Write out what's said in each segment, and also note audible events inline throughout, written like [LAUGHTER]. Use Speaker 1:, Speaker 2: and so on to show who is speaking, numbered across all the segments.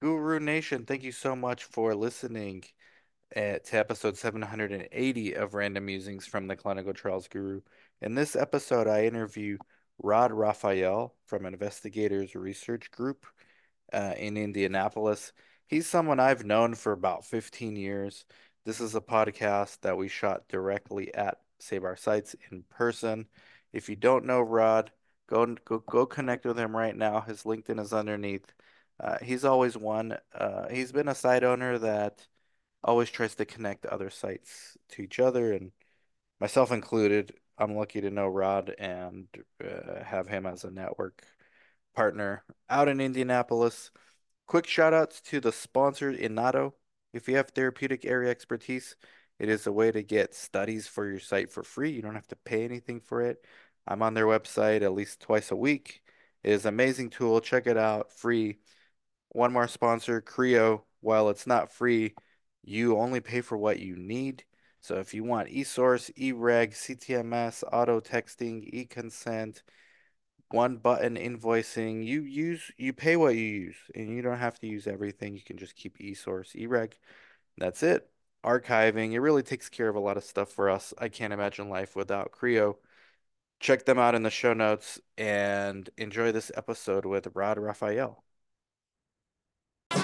Speaker 1: Guru Nation, thank you so much for listening at, to episode 780 of Random Musings from the Clinical Trials Guru. In this episode, I interview Rod Raphael from Investigators Research Group uh, in Indianapolis. He's someone I've known for about 15 years. This is a podcast that we shot directly at Save Our Sites in person. If you don't know Rod, go go go connect with him right now. His LinkedIn is underneath. Uh, he's always one. Uh, he's been a site owner that always tries to connect other sites to each other, and myself included. I'm lucky to know Rod and uh, have him as a network partner out in Indianapolis. Quick shout outs to the sponsor, Inato. If you have therapeutic area expertise, it is a way to get studies for your site for free. You don't have to pay anything for it. I'm on their website at least twice a week. It is an amazing tool. Check it out, free. One more sponsor, Creo. While it's not free, you only pay for what you need. So if you want eSource, eReg, CTMS, auto texting, eConsent, one button invoicing you use you pay what you use and you don't have to use everything you can just keep esource ereg that's it archiving it really takes care of a lot of stuff for us i can't imagine life without creo check them out in the show notes and enjoy this episode with rod raphael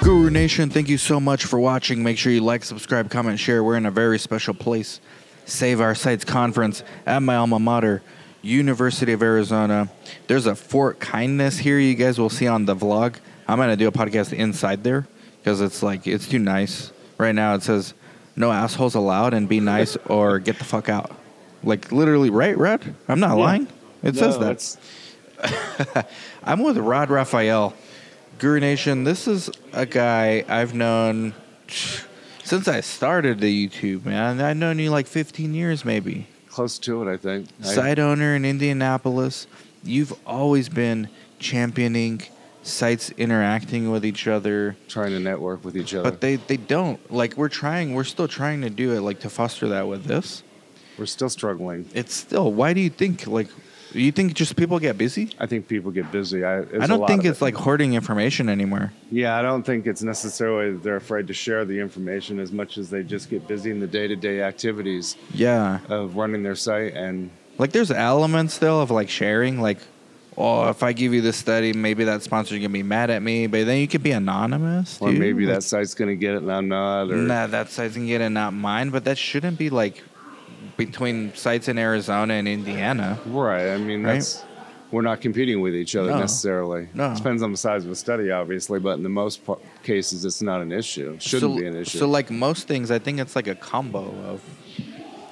Speaker 1: guru nation thank you so much for watching make sure you like subscribe comment share we're in a very special place save our sites conference at my alma mater University of Arizona. There's a Fort Kindness here. You guys will see on the vlog. I'm gonna do a podcast inside there because it's like it's too nice right now. It says no assholes allowed and be nice or get the fuck out. Like literally, right, Rod? I'm not lying. It says
Speaker 2: No,
Speaker 1: that.
Speaker 2: it's-
Speaker 1: I'm with Rod Raphael, Guru Nation. This is a guy I've known since I started the YouTube. Man, I've known you like 15 years, maybe
Speaker 2: close to it, I think. I-
Speaker 1: site owner in Indianapolis. You've always been championing sites interacting with each other,
Speaker 2: trying to network with each other.
Speaker 1: but they, they don't. Like, we're trying, we're still trying to do it, like, to foster that with this.
Speaker 2: We're still struggling.
Speaker 1: It's still, why do you think, like, you think just people get busy?
Speaker 2: I think people get busy. I, it's
Speaker 1: I
Speaker 2: a
Speaker 1: don't
Speaker 2: lot
Speaker 1: think
Speaker 2: of
Speaker 1: it's
Speaker 2: it.
Speaker 1: like hoarding information anymore.
Speaker 2: Yeah, I don't think it's necessarily that they're afraid to share the information as much as they just get busy in the day to day activities
Speaker 1: Yeah.
Speaker 2: of running their site. And
Speaker 1: Like, there's elements, though, of like sharing, like, oh, if I give you this study, maybe that sponsor's gonna be mad at me, but then you could be anonymous.
Speaker 2: or
Speaker 1: dude.
Speaker 2: maybe
Speaker 1: Like,
Speaker 2: that site's going to get it and I'm not. Or
Speaker 1: Nah, that sites can get it, not mine. But that shouldn't be like between sites in Arizona and Indiana.
Speaker 2: Right. I mean,
Speaker 1: Right?
Speaker 2: that's. We're not competing with each other
Speaker 1: No.
Speaker 2: necessarily.
Speaker 1: No.
Speaker 2: Depends on the size of a study, obviously, but in the most par- cases, it's not an issue. Shouldn't
Speaker 1: so,
Speaker 2: be an issue.
Speaker 1: So, like most things, I think it's like a combo of.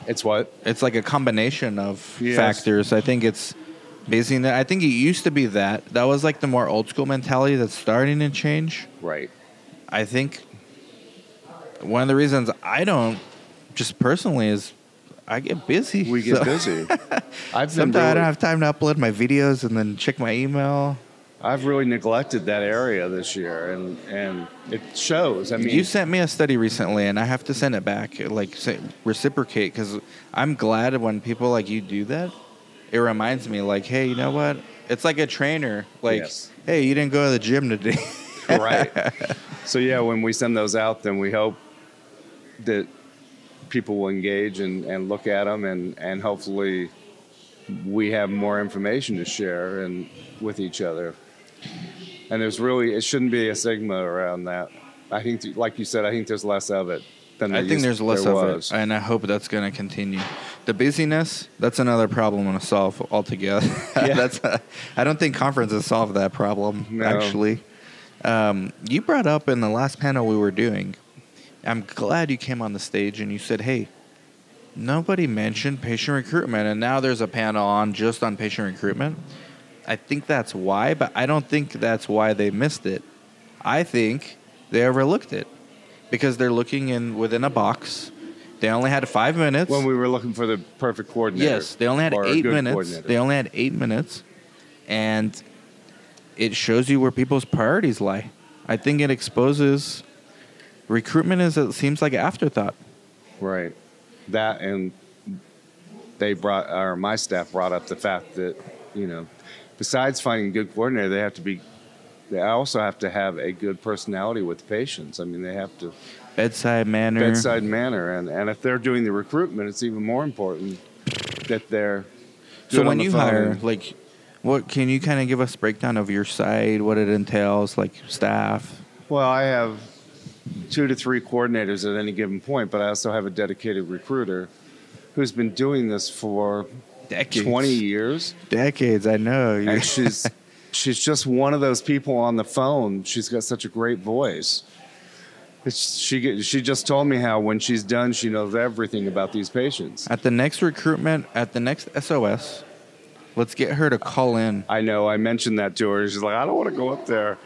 Speaker 2: it's what?
Speaker 1: It's like a combination of
Speaker 2: Yes.
Speaker 1: factors. I think it's busyness. I think it used to be that. That was like the more old school mentality that's starting to change.
Speaker 2: Right.
Speaker 1: I think one of the reasons I don't, just personally, is I get busy.
Speaker 2: We get
Speaker 1: So-
Speaker 2: busy.
Speaker 1: [LAUGHS]
Speaker 2: I've been
Speaker 1: Sometimes I
Speaker 2: really-
Speaker 1: don't have time to upload my videos and then check my email.
Speaker 2: I've really neglected that area this year, and and it shows. I
Speaker 1: [LAUGHS]
Speaker 2: mean,
Speaker 1: you sent me a study recently, and I have to send it back, like say, reciprocate, because I'm glad when people like you do that. It reminds me, like, hey, you know what? It's like a trainer, like,
Speaker 2: Yes.
Speaker 1: hey, you didn't go to the gym today. [LAUGHS]
Speaker 2: right? So yeah, when we send those out, then we hope that people will engage and, and look at them, and and hopefully we have more information to share and with each other. And there's really it shouldn't be a stigma around that. I think, th- like you said, I think there's less of it than
Speaker 1: I
Speaker 2: there
Speaker 1: think
Speaker 2: used-
Speaker 1: there's less
Speaker 2: there
Speaker 1: of
Speaker 2: was.
Speaker 1: it, and I hope that's going to continue. The busyness, that's another problem I'm going to solve altogether. [LAUGHS]
Speaker 2: Yeah.
Speaker 1: that's I I don't think conferences solve that problem,
Speaker 2: No.
Speaker 1: actually. Um, you brought up in the last panel we were doing, I'm glad you came on the stage and you said, hey, nobody mentioned patient recruitment, and now there's a panel on just on patient recruitment. I think that's why, but I don't think that's why they missed it. I think they overlooked it because they're looking in within a box. They only had five minutes.
Speaker 2: when we were looking for the perfect coordinator.
Speaker 1: yes, they only had
Speaker 2: or a
Speaker 1: eight
Speaker 2: good
Speaker 1: minutes.
Speaker 2: coordinator.
Speaker 1: They only had eight minutes, and it shows you where people's priorities lie. I think it exposes recruitment is it seems like an afterthought.
Speaker 2: Right. That and they brought, or my staff brought up the fact that, you know, besides finding a good coordinator, they have to be They also have to have a good personality with patients. I mean, they have to
Speaker 1: Bedside manner.
Speaker 2: bedside manner, and, and if they're doing the recruitment, it's even more important that they're.
Speaker 1: So
Speaker 2: good on
Speaker 1: when
Speaker 2: the
Speaker 1: you
Speaker 2: phone
Speaker 1: hire,
Speaker 2: and-
Speaker 1: like, what can you kind of give us breakdown of your side, what it entails, like staff?
Speaker 2: Well, I have two to three coordinators at any given point, but I also have a dedicated recruiter who's been doing this for
Speaker 1: Decades.
Speaker 2: 20 years.
Speaker 1: Decades, I know. [LAUGHS]
Speaker 2: And she's, she's just one of those people on the phone. She's got such a great voice. It's, she, get- she just told me how when she's done, she knows everything about these patients.
Speaker 1: At the next recruitment, at the next SOS, let's get her to call in.
Speaker 2: I know, I mentioned that to her. She's like, I don't want to go up there.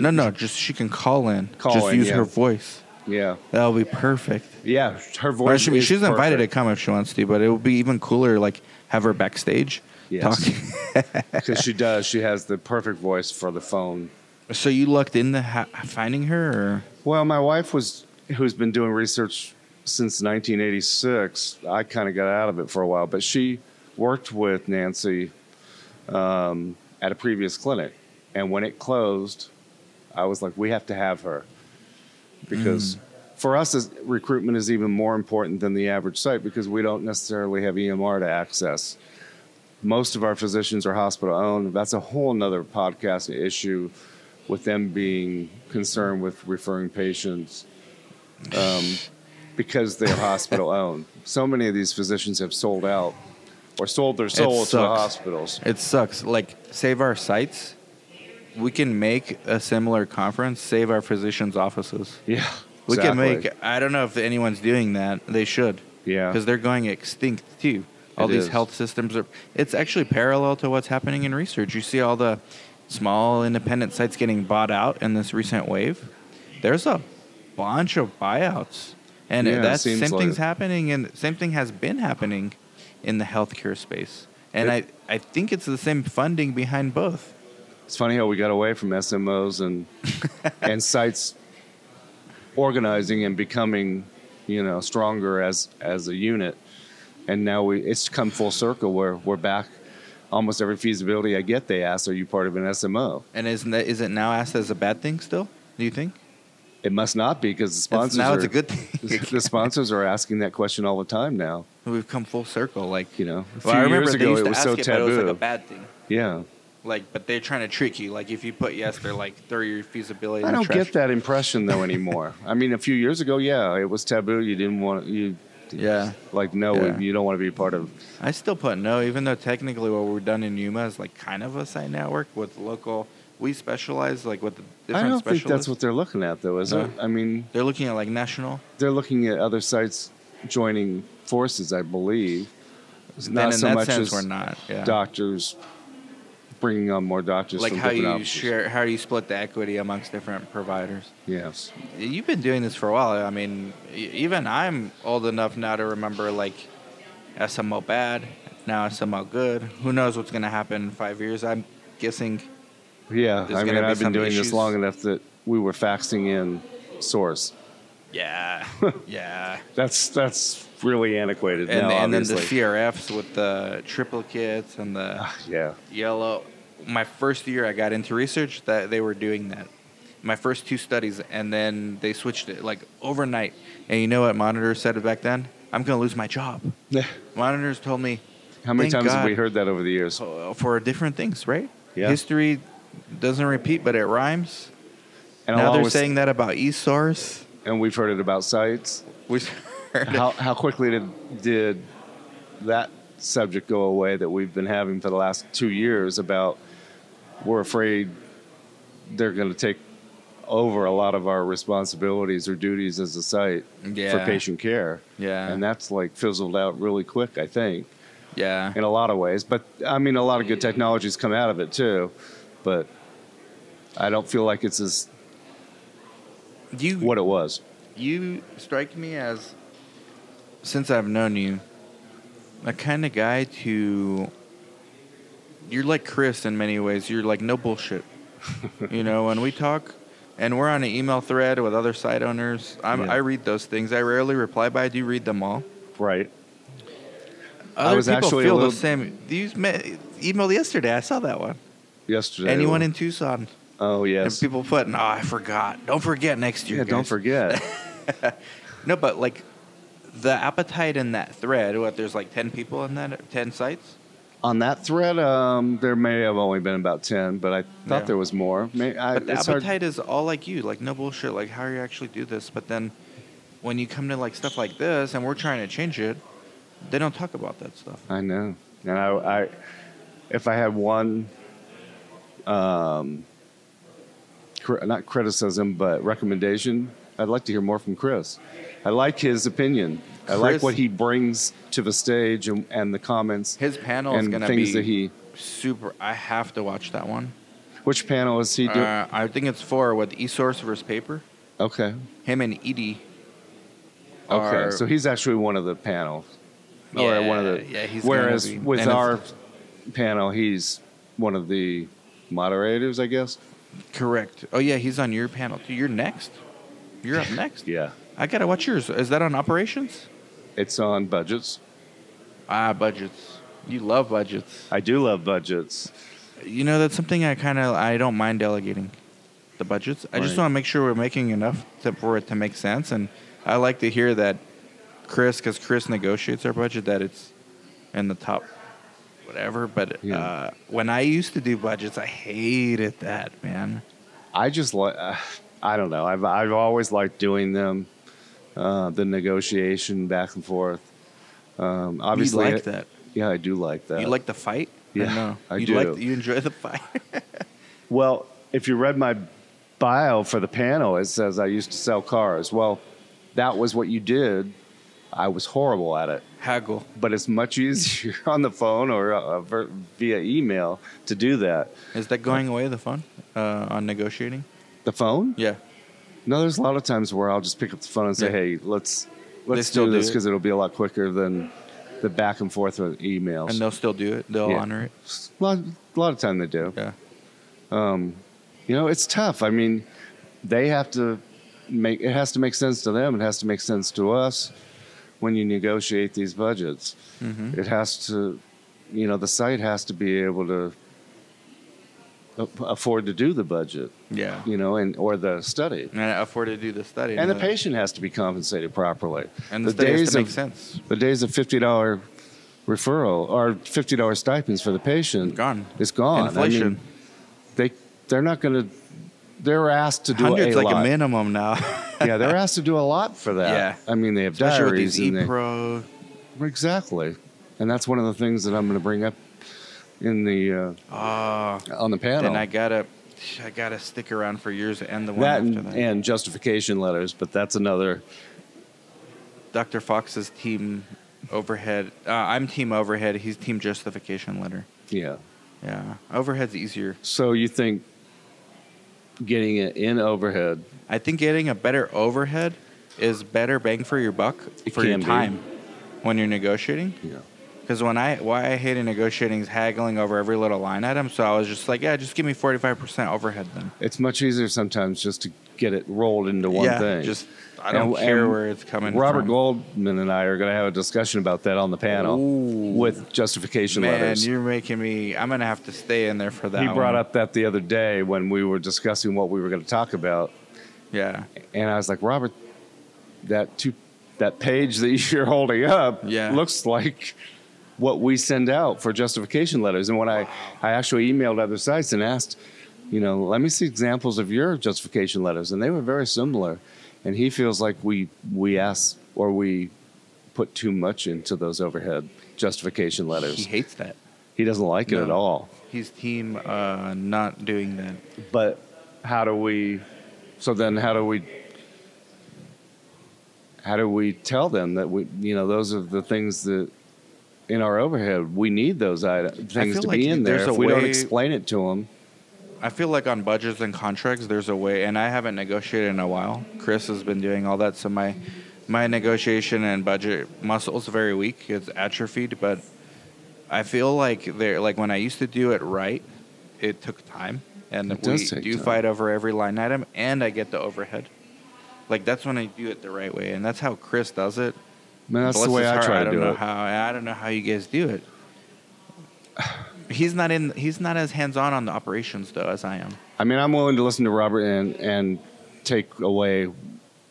Speaker 1: No, no, just she can call in.
Speaker 2: Call
Speaker 1: just
Speaker 2: in,
Speaker 1: use
Speaker 2: yeah.
Speaker 1: her voice.
Speaker 2: Yeah.
Speaker 1: That'll be perfect.
Speaker 2: Yeah. Her voice.
Speaker 1: Or she-
Speaker 2: is
Speaker 1: she's invited to
Speaker 2: perfect.
Speaker 1: come if she wants to, but it would be even cooler, like have her backstage
Speaker 2: Yes. [LAUGHS]
Speaker 1: talking.
Speaker 2: Because she does. She has the perfect voice for the phone.
Speaker 1: So you lucked into ha- finding her,
Speaker 2: Well, my wife was, who's been doing research since 1986. I kind of got out of it for a while, but she worked with Nancy um, at a previous clinic, and when it closed, I was like, we have to have her
Speaker 1: Mm.
Speaker 2: because. For us, is- recruitment is even more important than the average site because we don't necessarily have EMR to access. Most of our physicians are hospital owned. That's a whole nother podcast issue with them being concerned with referring patients um, because they're hospital owned. So many of these physicians have sold out or sold their soul to the
Speaker 1: sucks.
Speaker 2: hospitals.
Speaker 1: or it sucks. Like save our sites. We can make a similar conference. Save our physicians' offices.
Speaker 2: Yeah.
Speaker 1: We can
Speaker 2: exactly.
Speaker 1: make. I don't know if anyone's doing that. They should.
Speaker 2: Yeah.
Speaker 1: Because they're going extinct too. All
Speaker 2: It
Speaker 1: these
Speaker 2: is.
Speaker 1: health systems are. It's actually parallel to what's happening in research. You see all the small independent sites getting bought out in this recent wave. There's a bunch of buyouts, and
Speaker 2: Yeah, it
Speaker 1: that same
Speaker 2: seems like
Speaker 1: thing's
Speaker 2: it.
Speaker 1: happening, and same thing has been happening in the healthcare space. And
Speaker 2: It-
Speaker 1: I, I think it's the same funding behind both.
Speaker 2: It's funny how we got away from
Speaker 1: [LAUGHS]
Speaker 2: SMOs and and sites organizing and becoming, you know, stronger as as a unit. And now we it's come full circle where we're back. Almost every feasibility I get, they ask, "Are you part of an SMO?"
Speaker 1: And isn't that, is it now asked as a bad thing still? Do you think?
Speaker 2: It must not be because the
Speaker 1: It's,
Speaker 2: sponsors
Speaker 1: now
Speaker 2: are,
Speaker 1: it's a good thing. [LAUGHS]
Speaker 2: the sponsors are asking that question all the time now.
Speaker 1: We've come full circle. Like
Speaker 2: You know, a few
Speaker 1: Well, I remember
Speaker 2: years
Speaker 1: they
Speaker 2: ago
Speaker 1: used
Speaker 2: it
Speaker 1: to
Speaker 2: was
Speaker 1: ask
Speaker 2: so
Speaker 1: it,
Speaker 2: taboo.
Speaker 1: but it was like a bad thing.
Speaker 2: yeah,
Speaker 1: Like, but they're trying to trick you. Like, if you put yes, they're like throw your feasibility.
Speaker 2: I
Speaker 1: in the
Speaker 2: don't
Speaker 1: trash.
Speaker 2: get that impression
Speaker 1: [LAUGHS]
Speaker 2: though anymore. I mean, a few years ago, yeah, it was taboo. You didn't want you,
Speaker 1: Yeah.
Speaker 2: like no,
Speaker 1: Yeah.
Speaker 2: you don't want to be a part of.
Speaker 1: I still put no, even though technically what we're done in Yuma is like kind of a site network with local. We specialize like with the different
Speaker 2: I don't
Speaker 1: specialists.
Speaker 2: think that's what they're looking at though, is
Speaker 1: No.
Speaker 2: it? I mean,
Speaker 1: they're looking at, like national.
Speaker 2: they're looking at other sites joining forces, I believe. It's
Speaker 1: then
Speaker 2: not
Speaker 1: in
Speaker 2: so
Speaker 1: that
Speaker 2: much
Speaker 1: sense,
Speaker 2: as
Speaker 1: we're not. Yeah.
Speaker 2: doctors bringing on more doctors.
Speaker 1: like
Speaker 2: from
Speaker 1: how you
Speaker 2: different offices.
Speaker 1: share, how you split the equity amongst different providers.
Speaker 2: Yes.
Speaker 1: You've been doing this for a while. I mean, e- even I'm old enough now to remember like SMO bad, now SMO good. Who knows what's going to happen in five years? I'm guessing.
Speaker 2: Yeah,
Speaker 1: There's
Speaker 2: I mean,
Speaker 1: gonna be
Speaker 2: I've
Speaker 1: some
Speaker 2: been doing
Speaker 1: issues.
Speaker 2: this long enough that we were faxing in source.
Speaker 1: [LAUGHS] Yeah, yeah.
Speaker 2: That's that's really antiquated
Speaker 1: And,
Speaker 2: now.
Speaker 1: and then the
Speaker 2: obviously.
Speaker 1: CRFs with the triplicates and the
Speaker 2: [SIGHS] yeah,
Speaker 1: yellow. My first year I got into research that they were doing that. My first two studies, and then they switched it like overnight. And you know what Monitor said back then? I'm going to lose my job. [LAUGHS]
Speaker 2: [LAUGHS]
Speaker 1: Monitors told me
Speaker 2: How many
Speaker 1: Thank
Speaker 2: times have
Speaker 1: God.
Speaker 2: we heard that over the years?
Speaker 1: uh, for different things, right?
Speaker 2: Yeah.
Speaker 1: History doesn't repeat, but it rhymes.
Speaker 2: And
Speaker 1: now
Speaker 2: I'll
Speaker 1: they're
Speaker 2: always-
Speaker 1: saying that about eSource.
Speaker 2: and we've heard it
Speaker 1: [LAUGHS]
Speaker 2: about sites.
Speaker 1: Which
Speaker 2: How how quickly did did that subject go away that we've been having for the last two years about we're afraid they're going to take over a lot of our responsibilities or duties as a site for
Speaker 1: [LAUGHS] Yeah.
Speaker 2: patient care.
Speaker 1: Yeah.
Speaker 2: And that's like fizzled out really quick, I think.
Speaker 1: yeah,
Speaker 2: in a lot of ways. But I mean, a lot of good technologies come out of it too. But I don't feel like it's as
Speaker 1: you
Speaker 2: what it was.
Speaker 1: you strike me as since I've known you, a kind of guy to. You're like Chris in many ways. You're like no bullshit. you know, when we talk, and we're on an email thread with other site owners, I'm,
Speaker 2: Yeah.
Speaker 1: I read those things. I rarely reply, but I do read them all.
Speaker 2: Right.
Speaker 1: Other
Speaker 2: was
Speaker 1: people
Speaker 2: actually a
Speaker 1: feel
Speaker 2: little-
Speaker 1: the same. You me- emailed yesterday. I saw that one.
Speaker 2: Yesterday.
Speaker 1: Anyone in Tucson?
Speaker 2: Oh yes.
Speaker 1: And people put, no, I forgot. Don't forget next year.
Speaker 2: yeah, don't
Speaker 1: guys."
Speaker 2: forget.
Speaker 1: [LAUGHS] No, but like the appetite in that thread, what, there's like 10 people in that, 10 sites?
Speaker 2: On that thread, um, there may have only been about ten, but I thought
Speaker 1: Yeah.
Speaker 2: there was more. May, I,
Speaker 1: But the
Speaker 2: it's hard-
Speaker 1: appetite is all like you, like no bullshit, like how you actually do this. But then when you come to like stuff like this and we're trying to change it, they don't talk about that stuff.
Speaker 2: I know. And I, I if I had one, um, cri- not criticism, but recommendation, I'd like to hear more from Chris. I like his opinion. I like
Speaker 1: Chris-
Speaker 2: what he brings to the stage and, and the comments
Speaker 1: His panel is
Speaker 2: and
Speaker 1: going to
Speaker 2: things
Speaker 1: be
Speaker 2: that he.
Speaker 1: super. I have to watch that one.
Speaker 2: Which panel is he doing?
Speaker 1: Uh, I think it's four with eSource versus Paper.
Speaker 2: okay.
Speaker 1: Him and Edie.
Speaker 2: Okay.
Speaker 1: are-
Speaker 2: so he's actually one of the panel, or one of the.
Speaker 1: Yeah, yeah, he's gonna
Speaker 2: whereas
Speaker 1: be-
Speaker 2: with
Speaker 1: and it's-
Speaker 2: our panel, he's one of the moderators, I guess.
Speaker 1: Correct. Oh yeah, he's on your panel too. You're next. You're [LAUGHS] up next.
Speaker 2: Yeah.
Speaker 1: I gotta watch yours. Is that on operations?
Speaker 2: It's on budgets.
Speaker 1: Ah, budgets. You love budgets.
Speaker 2: I do love budgets.
Speaker 1: You know that's something I kind of I don't mind delegating, the budgets. I just
Speaker 2: Right.
Speaker 1: want to make sure we're making enough to, for it to make sense, and I like to hear that Chris, because Chris negotiates our budget, that it's in the top, whatever. But
Speaker 2: Yeah.
Speaker 1: uh, when I used to do budgets, I hated that man.
Speaker 2: I just like. Uh, I don't know. I've I've always liked doing them, uh, the negotiation back and forth. Um, obviously,
Speaker 1: you like that.
Speaker 2: Yeah, I do like that.
Speaker 1: You like the fight? Or
Speaker 2: yeah,
Speaker 1: no?
Speaker 2: I
Speaker 1: you
Speaker 2: do.
Speaker 1: Like, you enjoy the fight? [LAUGHS]
Speaker 2: Well, if you read my bio for the panel, it says I used to sell cars. Well, that was what you did. I was horrible at it,
Speaker 1: Haggle.
Speaker 2: but it's much [LAUGHS] easier on the phone or uh, ver- via email to do that.
Speaker 1: Is that going away, the fun uh, on negotiating?
Speaker 2: The phone?
Speaker 1: Yeah.
Speaker 2: No, there's a lot of times where I'll just pick up the phone and say,
Speaker 1: Yeah.
Speaker 2: "Hey, let's let's
Speaker 1: still
Speaker 2: do
Speaker 1: do
Speaker 2: this
Speaker 1: it.
Speaker 2: because it'll be a lot quicker than the back and forth with emails."
Speaker 1: And they'll still do it. They'll
Speaker 2: Yeah.
Speaker 1: honor it.
Speaker 2: a lot, a lot of time they do. Um,
Speaker 1: Yeah.
Speaker 2: You know, it's tough. I mean, they have to make it has to make sense to them. It has to make sense to us when you negotiate these budgets.
Speaker 1: Mhm.
Speaker 2: It has to, you know, the site has to be able to a- afford to do the budget,
Speaker 1: Yeah.
Speaker 2: you know, and or the study.
Speaker 1: And afford to do the study.
Speaker 2: And the patient has to be compensated properly.
Speaker 1: And the, study has to make
Speaker 2: of
Speaker 1: sense.
Speaker 2: the days of fifty dollar referral or fifty dollar stipends for the patient
Speaker 1: Gone.
Speaker 2: It's gone.
Speaker 1: Inflation.
Speaker 2: I mean, they they're not going to. They're asked to do
Speaker 1: Hundreds
Speaker 2: a
Speaker 1: like
Speaker 2: lot.
Speaker 1: a minimum now. [LAUGHS]
Speaker 2: yeah, they're asked to do a lot for that.
Speaker 1: Yeah.
Speaker 2: I mean, they have
Speaker 1: Especially with
Speaker 2: diaries
Speaker 1: these
Speaker 2: and they,
Speaker 1: ePro.
Speaker 2: exactly, and that's one of the things that I'm going to bring up in the
Speaker 1: Oh,
Speaker 2: uh, on the panel.
Speaker 1: then I gotta, I gotta stick around for years and the one
Speaker 2: that
Speaker 1: after
Speaker 2: and,
Speaker 1: that.
Speaker 2: and justification letters, but that's another.
Speaker 1: Dr. Fox's team overhead. Uh, I'm team overhead. He's team justification letter.
Speaker 2: Yeah.
Speaker 1: Yeah, overhead's easier.
Speaker 2: So you think getting it in overhead?
Speaker 1: I think getting a better overhead is better bang for your buck
Speaker 2: It
Speaker 1: for your
Speaker 2: can be.
Speaker 1: time when you're negotiating.
Speaker 2: Yeah.
Speaker 1: Because when I why I hated negotiating is haggling over every little line item. So I was just like, yeah, just give me 45% overhead then.
Speaker 2: It's much easier sometimes just to get it rolled into one
Speaker 1: yeah,
Speaker 2: thing.
Speaker 1: just I don't
Speaker 2: And-
Speaker 1: care
Speaker 2: and
Speaker 1: where it's coming
Speaker 2: Robert
Speaker 1: from.
Speaker 2: Goldman and I are going to have a discussion about that on the panel
Speaker 1: Ooh.
Speaker 2: with justification
Speaker 1: Man,
Speaker 2: letters.
Speaker 1: you're making me. I'm gonna have to stay in there for that.
Speaker 2: He brought
Speaker 1: one.
Speaker 2: up that the other day when we were discussing what we were going to talk about,
Speaker 1: Yeah,
Speaker 2: and I was like, Robert, that two, that page that [LAUGHS] you're holding up
Speaker 1: Yeah.
Speaker 2: looks like what we send out for justification letters. And when I, I actually emailed other sites and asked, you know, let me see examples of your justification letters, and they were very similar. And he feels like we we ask or we put too much into those overhead justification
Speaker 1: he [LAUGHS]
Speaker 2: letters.
Speaker 1: hates that.
Speaker 2: He doesn't like it
Speaker 1: No.
Speaker 2: at all.
Speaker 1: He's team uh, not doing that.
Speaker 2: But how do we? So then, how do we? How do we tell them that we, you know, those are the things that in our overhead we need those item, things
Speaker 1: feel
Speaker 2: to
Speaker 1: like
Speaker 2: be in there.
Speaker 1: there's
Speaker 2: If
Speaker 1: a
Speaker 2: we don't
Speaker 1: way-
Speaker 2: explain it to them,
Speaker 1: I feel like on budgets and contracts, there's a way, and I haven't negotiated in a while. Chris has been doing all that, so my my negotiation and budget muscle's very weak. It's atrophied, but I feel like there, like when I used to do it right, it took time, and
Speaker 2: It
Speaker 1: we
Speaker 2: does take
Speaker 1: do
Speaker 2: time.
Speaker 1: fight over every line item, and I get the overhead. Like that's when I do it the right way, and that's how Chris does it.
Speaker 2: man, that's
Speaker 1: Bless
Speaker 2: the way
Speaker 1: his
Speaker 2: I
Speaker 1: heart,
Speaker 2: try
Speaker 1: I
Speaker 2: to
Speaker 1: don't
Speaker 2: do
Speaker 1: know
Speaker 2: it.
Speaker 1: How I don't know how you guys do it.
Speaker 3: He's not in. He's not as hands on on the operations though as I am.
Speaker 2: I mean, I'm willing to listen to Robert and and take away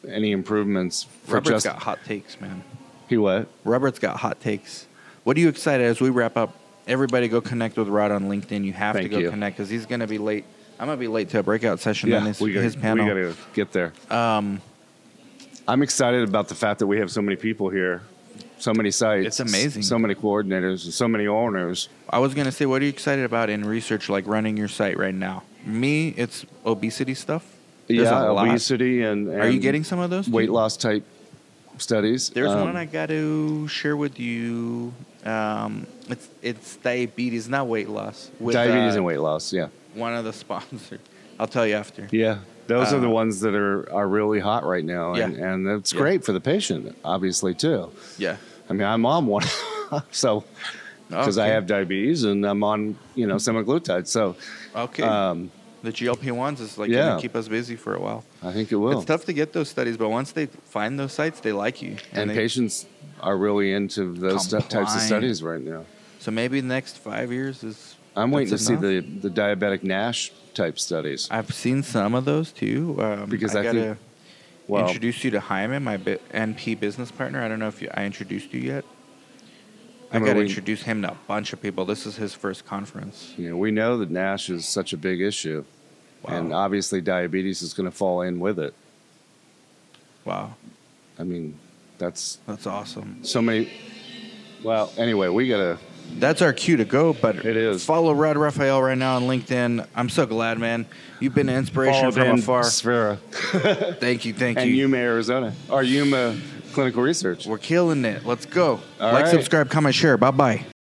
Speaker 2: any improvements for
Speaker 3: Robert's
Speaker 2: just
Speaker 3: got hot takes, man.
Speaker 2: he what?
Speaker 3: Robert's got hot takes. What are you excited as we wrap up? Everybody go connect with Rod on LinkedIn. You have to
Speaker 2: Thank
Speaker 3: go
Speaker 2: you.
Speaker 3: connect because he's going to be late. I'm going to be late to a breakout session on his,
Speaker 2: we gotta,
Speaker 3: his
Speaker 2: we
Speaker 3: panel.
Speaker 2: gotta get there.
Speaker 3: Um,
Speaker 2: I'm excited about the fact that we have so many people here, so many sites,
Speaker 3: It's amazing.
Speaker 2: so many coordinators, and so many owners.
Speaker 3: I was going to say, what are you excited about in research, like running your site right now? Me, it's obesity stuff. There's
Speaker 2: yeah,
Speaker 3: a lot.
Speaker 2: obesity and, and
Speaker 3: Are you getting some of those?
Speaker 2: weight loss type studies?
Speaker 3: There's
Speaker 2: Um,
Speaker 3: one I got to share with you. Um, it's it's diabetes, not weight loss. With,
Speaker 2: diabetes
Speaker 3: uh,
Speaker 2: and weight loss. Yeah,
Speaker 3: One of the [LAUGHS] sponsors. I'll tell you after.
Speaker 2: yeah. Those
Speaker 3: Uh,
Speaker 2: are the ones that are, are really hot right now, and,
Speaker 3: Yeah.
Speaker 2: and that's
Speaker 3: Yeah.
Speaker 2: great for the patient, obviously too.
Speaker 3: Yeah.
Speaker 2: I mean, I'm on one, [LAUGHS] so because I
Speaker 3: Okay.
Speaker 2: have diabetes and I'm on you know semaglutide, so
Speaker 3: Okay.
Speaker 2: um,
Speaker 3: the GLP ones is like
Speaker 2: yeah.
Speaker 3: gonna keep us busy for a while.
Speaker 2: I think it will.
Speaker 3: It's tough to get those studies, but once they find those sites, they like you.
Speaker 2: and
Speaker 3: they,
Speaker 2: patients are really into those stu- types of
Speaker 3: Compliant.
Speaker 2: studies right now.
Speaker 3: so maybe the next five years is.
Speaker 2: I'm waiting to
Speaker 3: that's
Speaker 2: see
Speaker 3: enough.
Speaker 2: the, the diabetic NASH type studies.
Speaker 3: I've seen some of those too. Um,
Speaker 2: Because I
Speaker 3: gotta
Speaker 2: think- Well,
Speaker 3: introduce you to Hyman, my bi- NP business partner. I don't know if you, I introduced you yet. I
Speaker 2: Remember
Speaker 3: got to
Speaker 2: we-
Speaker 3: introduce him to a bunch of people. This is his first conference.
Speaker 2: you know, we know that NASH is such a big issue, and
Speaker 3: Wow.
Speaker 2: obviously diabetes is going to fall in with it.
Speaker 3: Wow,
Speaker 2: I mean, that's
Speaker 3: that's awesome.
Speaker 2: so many. Well, anyway, we gotta.
Speaker 3: That's our cue to go, but
Speaker 2: It is.
Speaker 3: Follow Rod Raphael right now on LinkedIn. I'm so glad, man. You've been an inspiration from
Speaker 2: [LAUGHS]
Speaker 3: afar.
Speaker 2: Sphera
Speaker 3: Thank you, thank
Speaker 2: and
Speaker 3: you.
Speaker 2: Yuma, Arizona, or Yuma Clinical Research.
Speaker 3: We're killing it. Let's go.
Speaker 2: All
Speaker 3: like,
Speaker 2: right.
Speaker 3: subscribe, comment, share. Bye bye.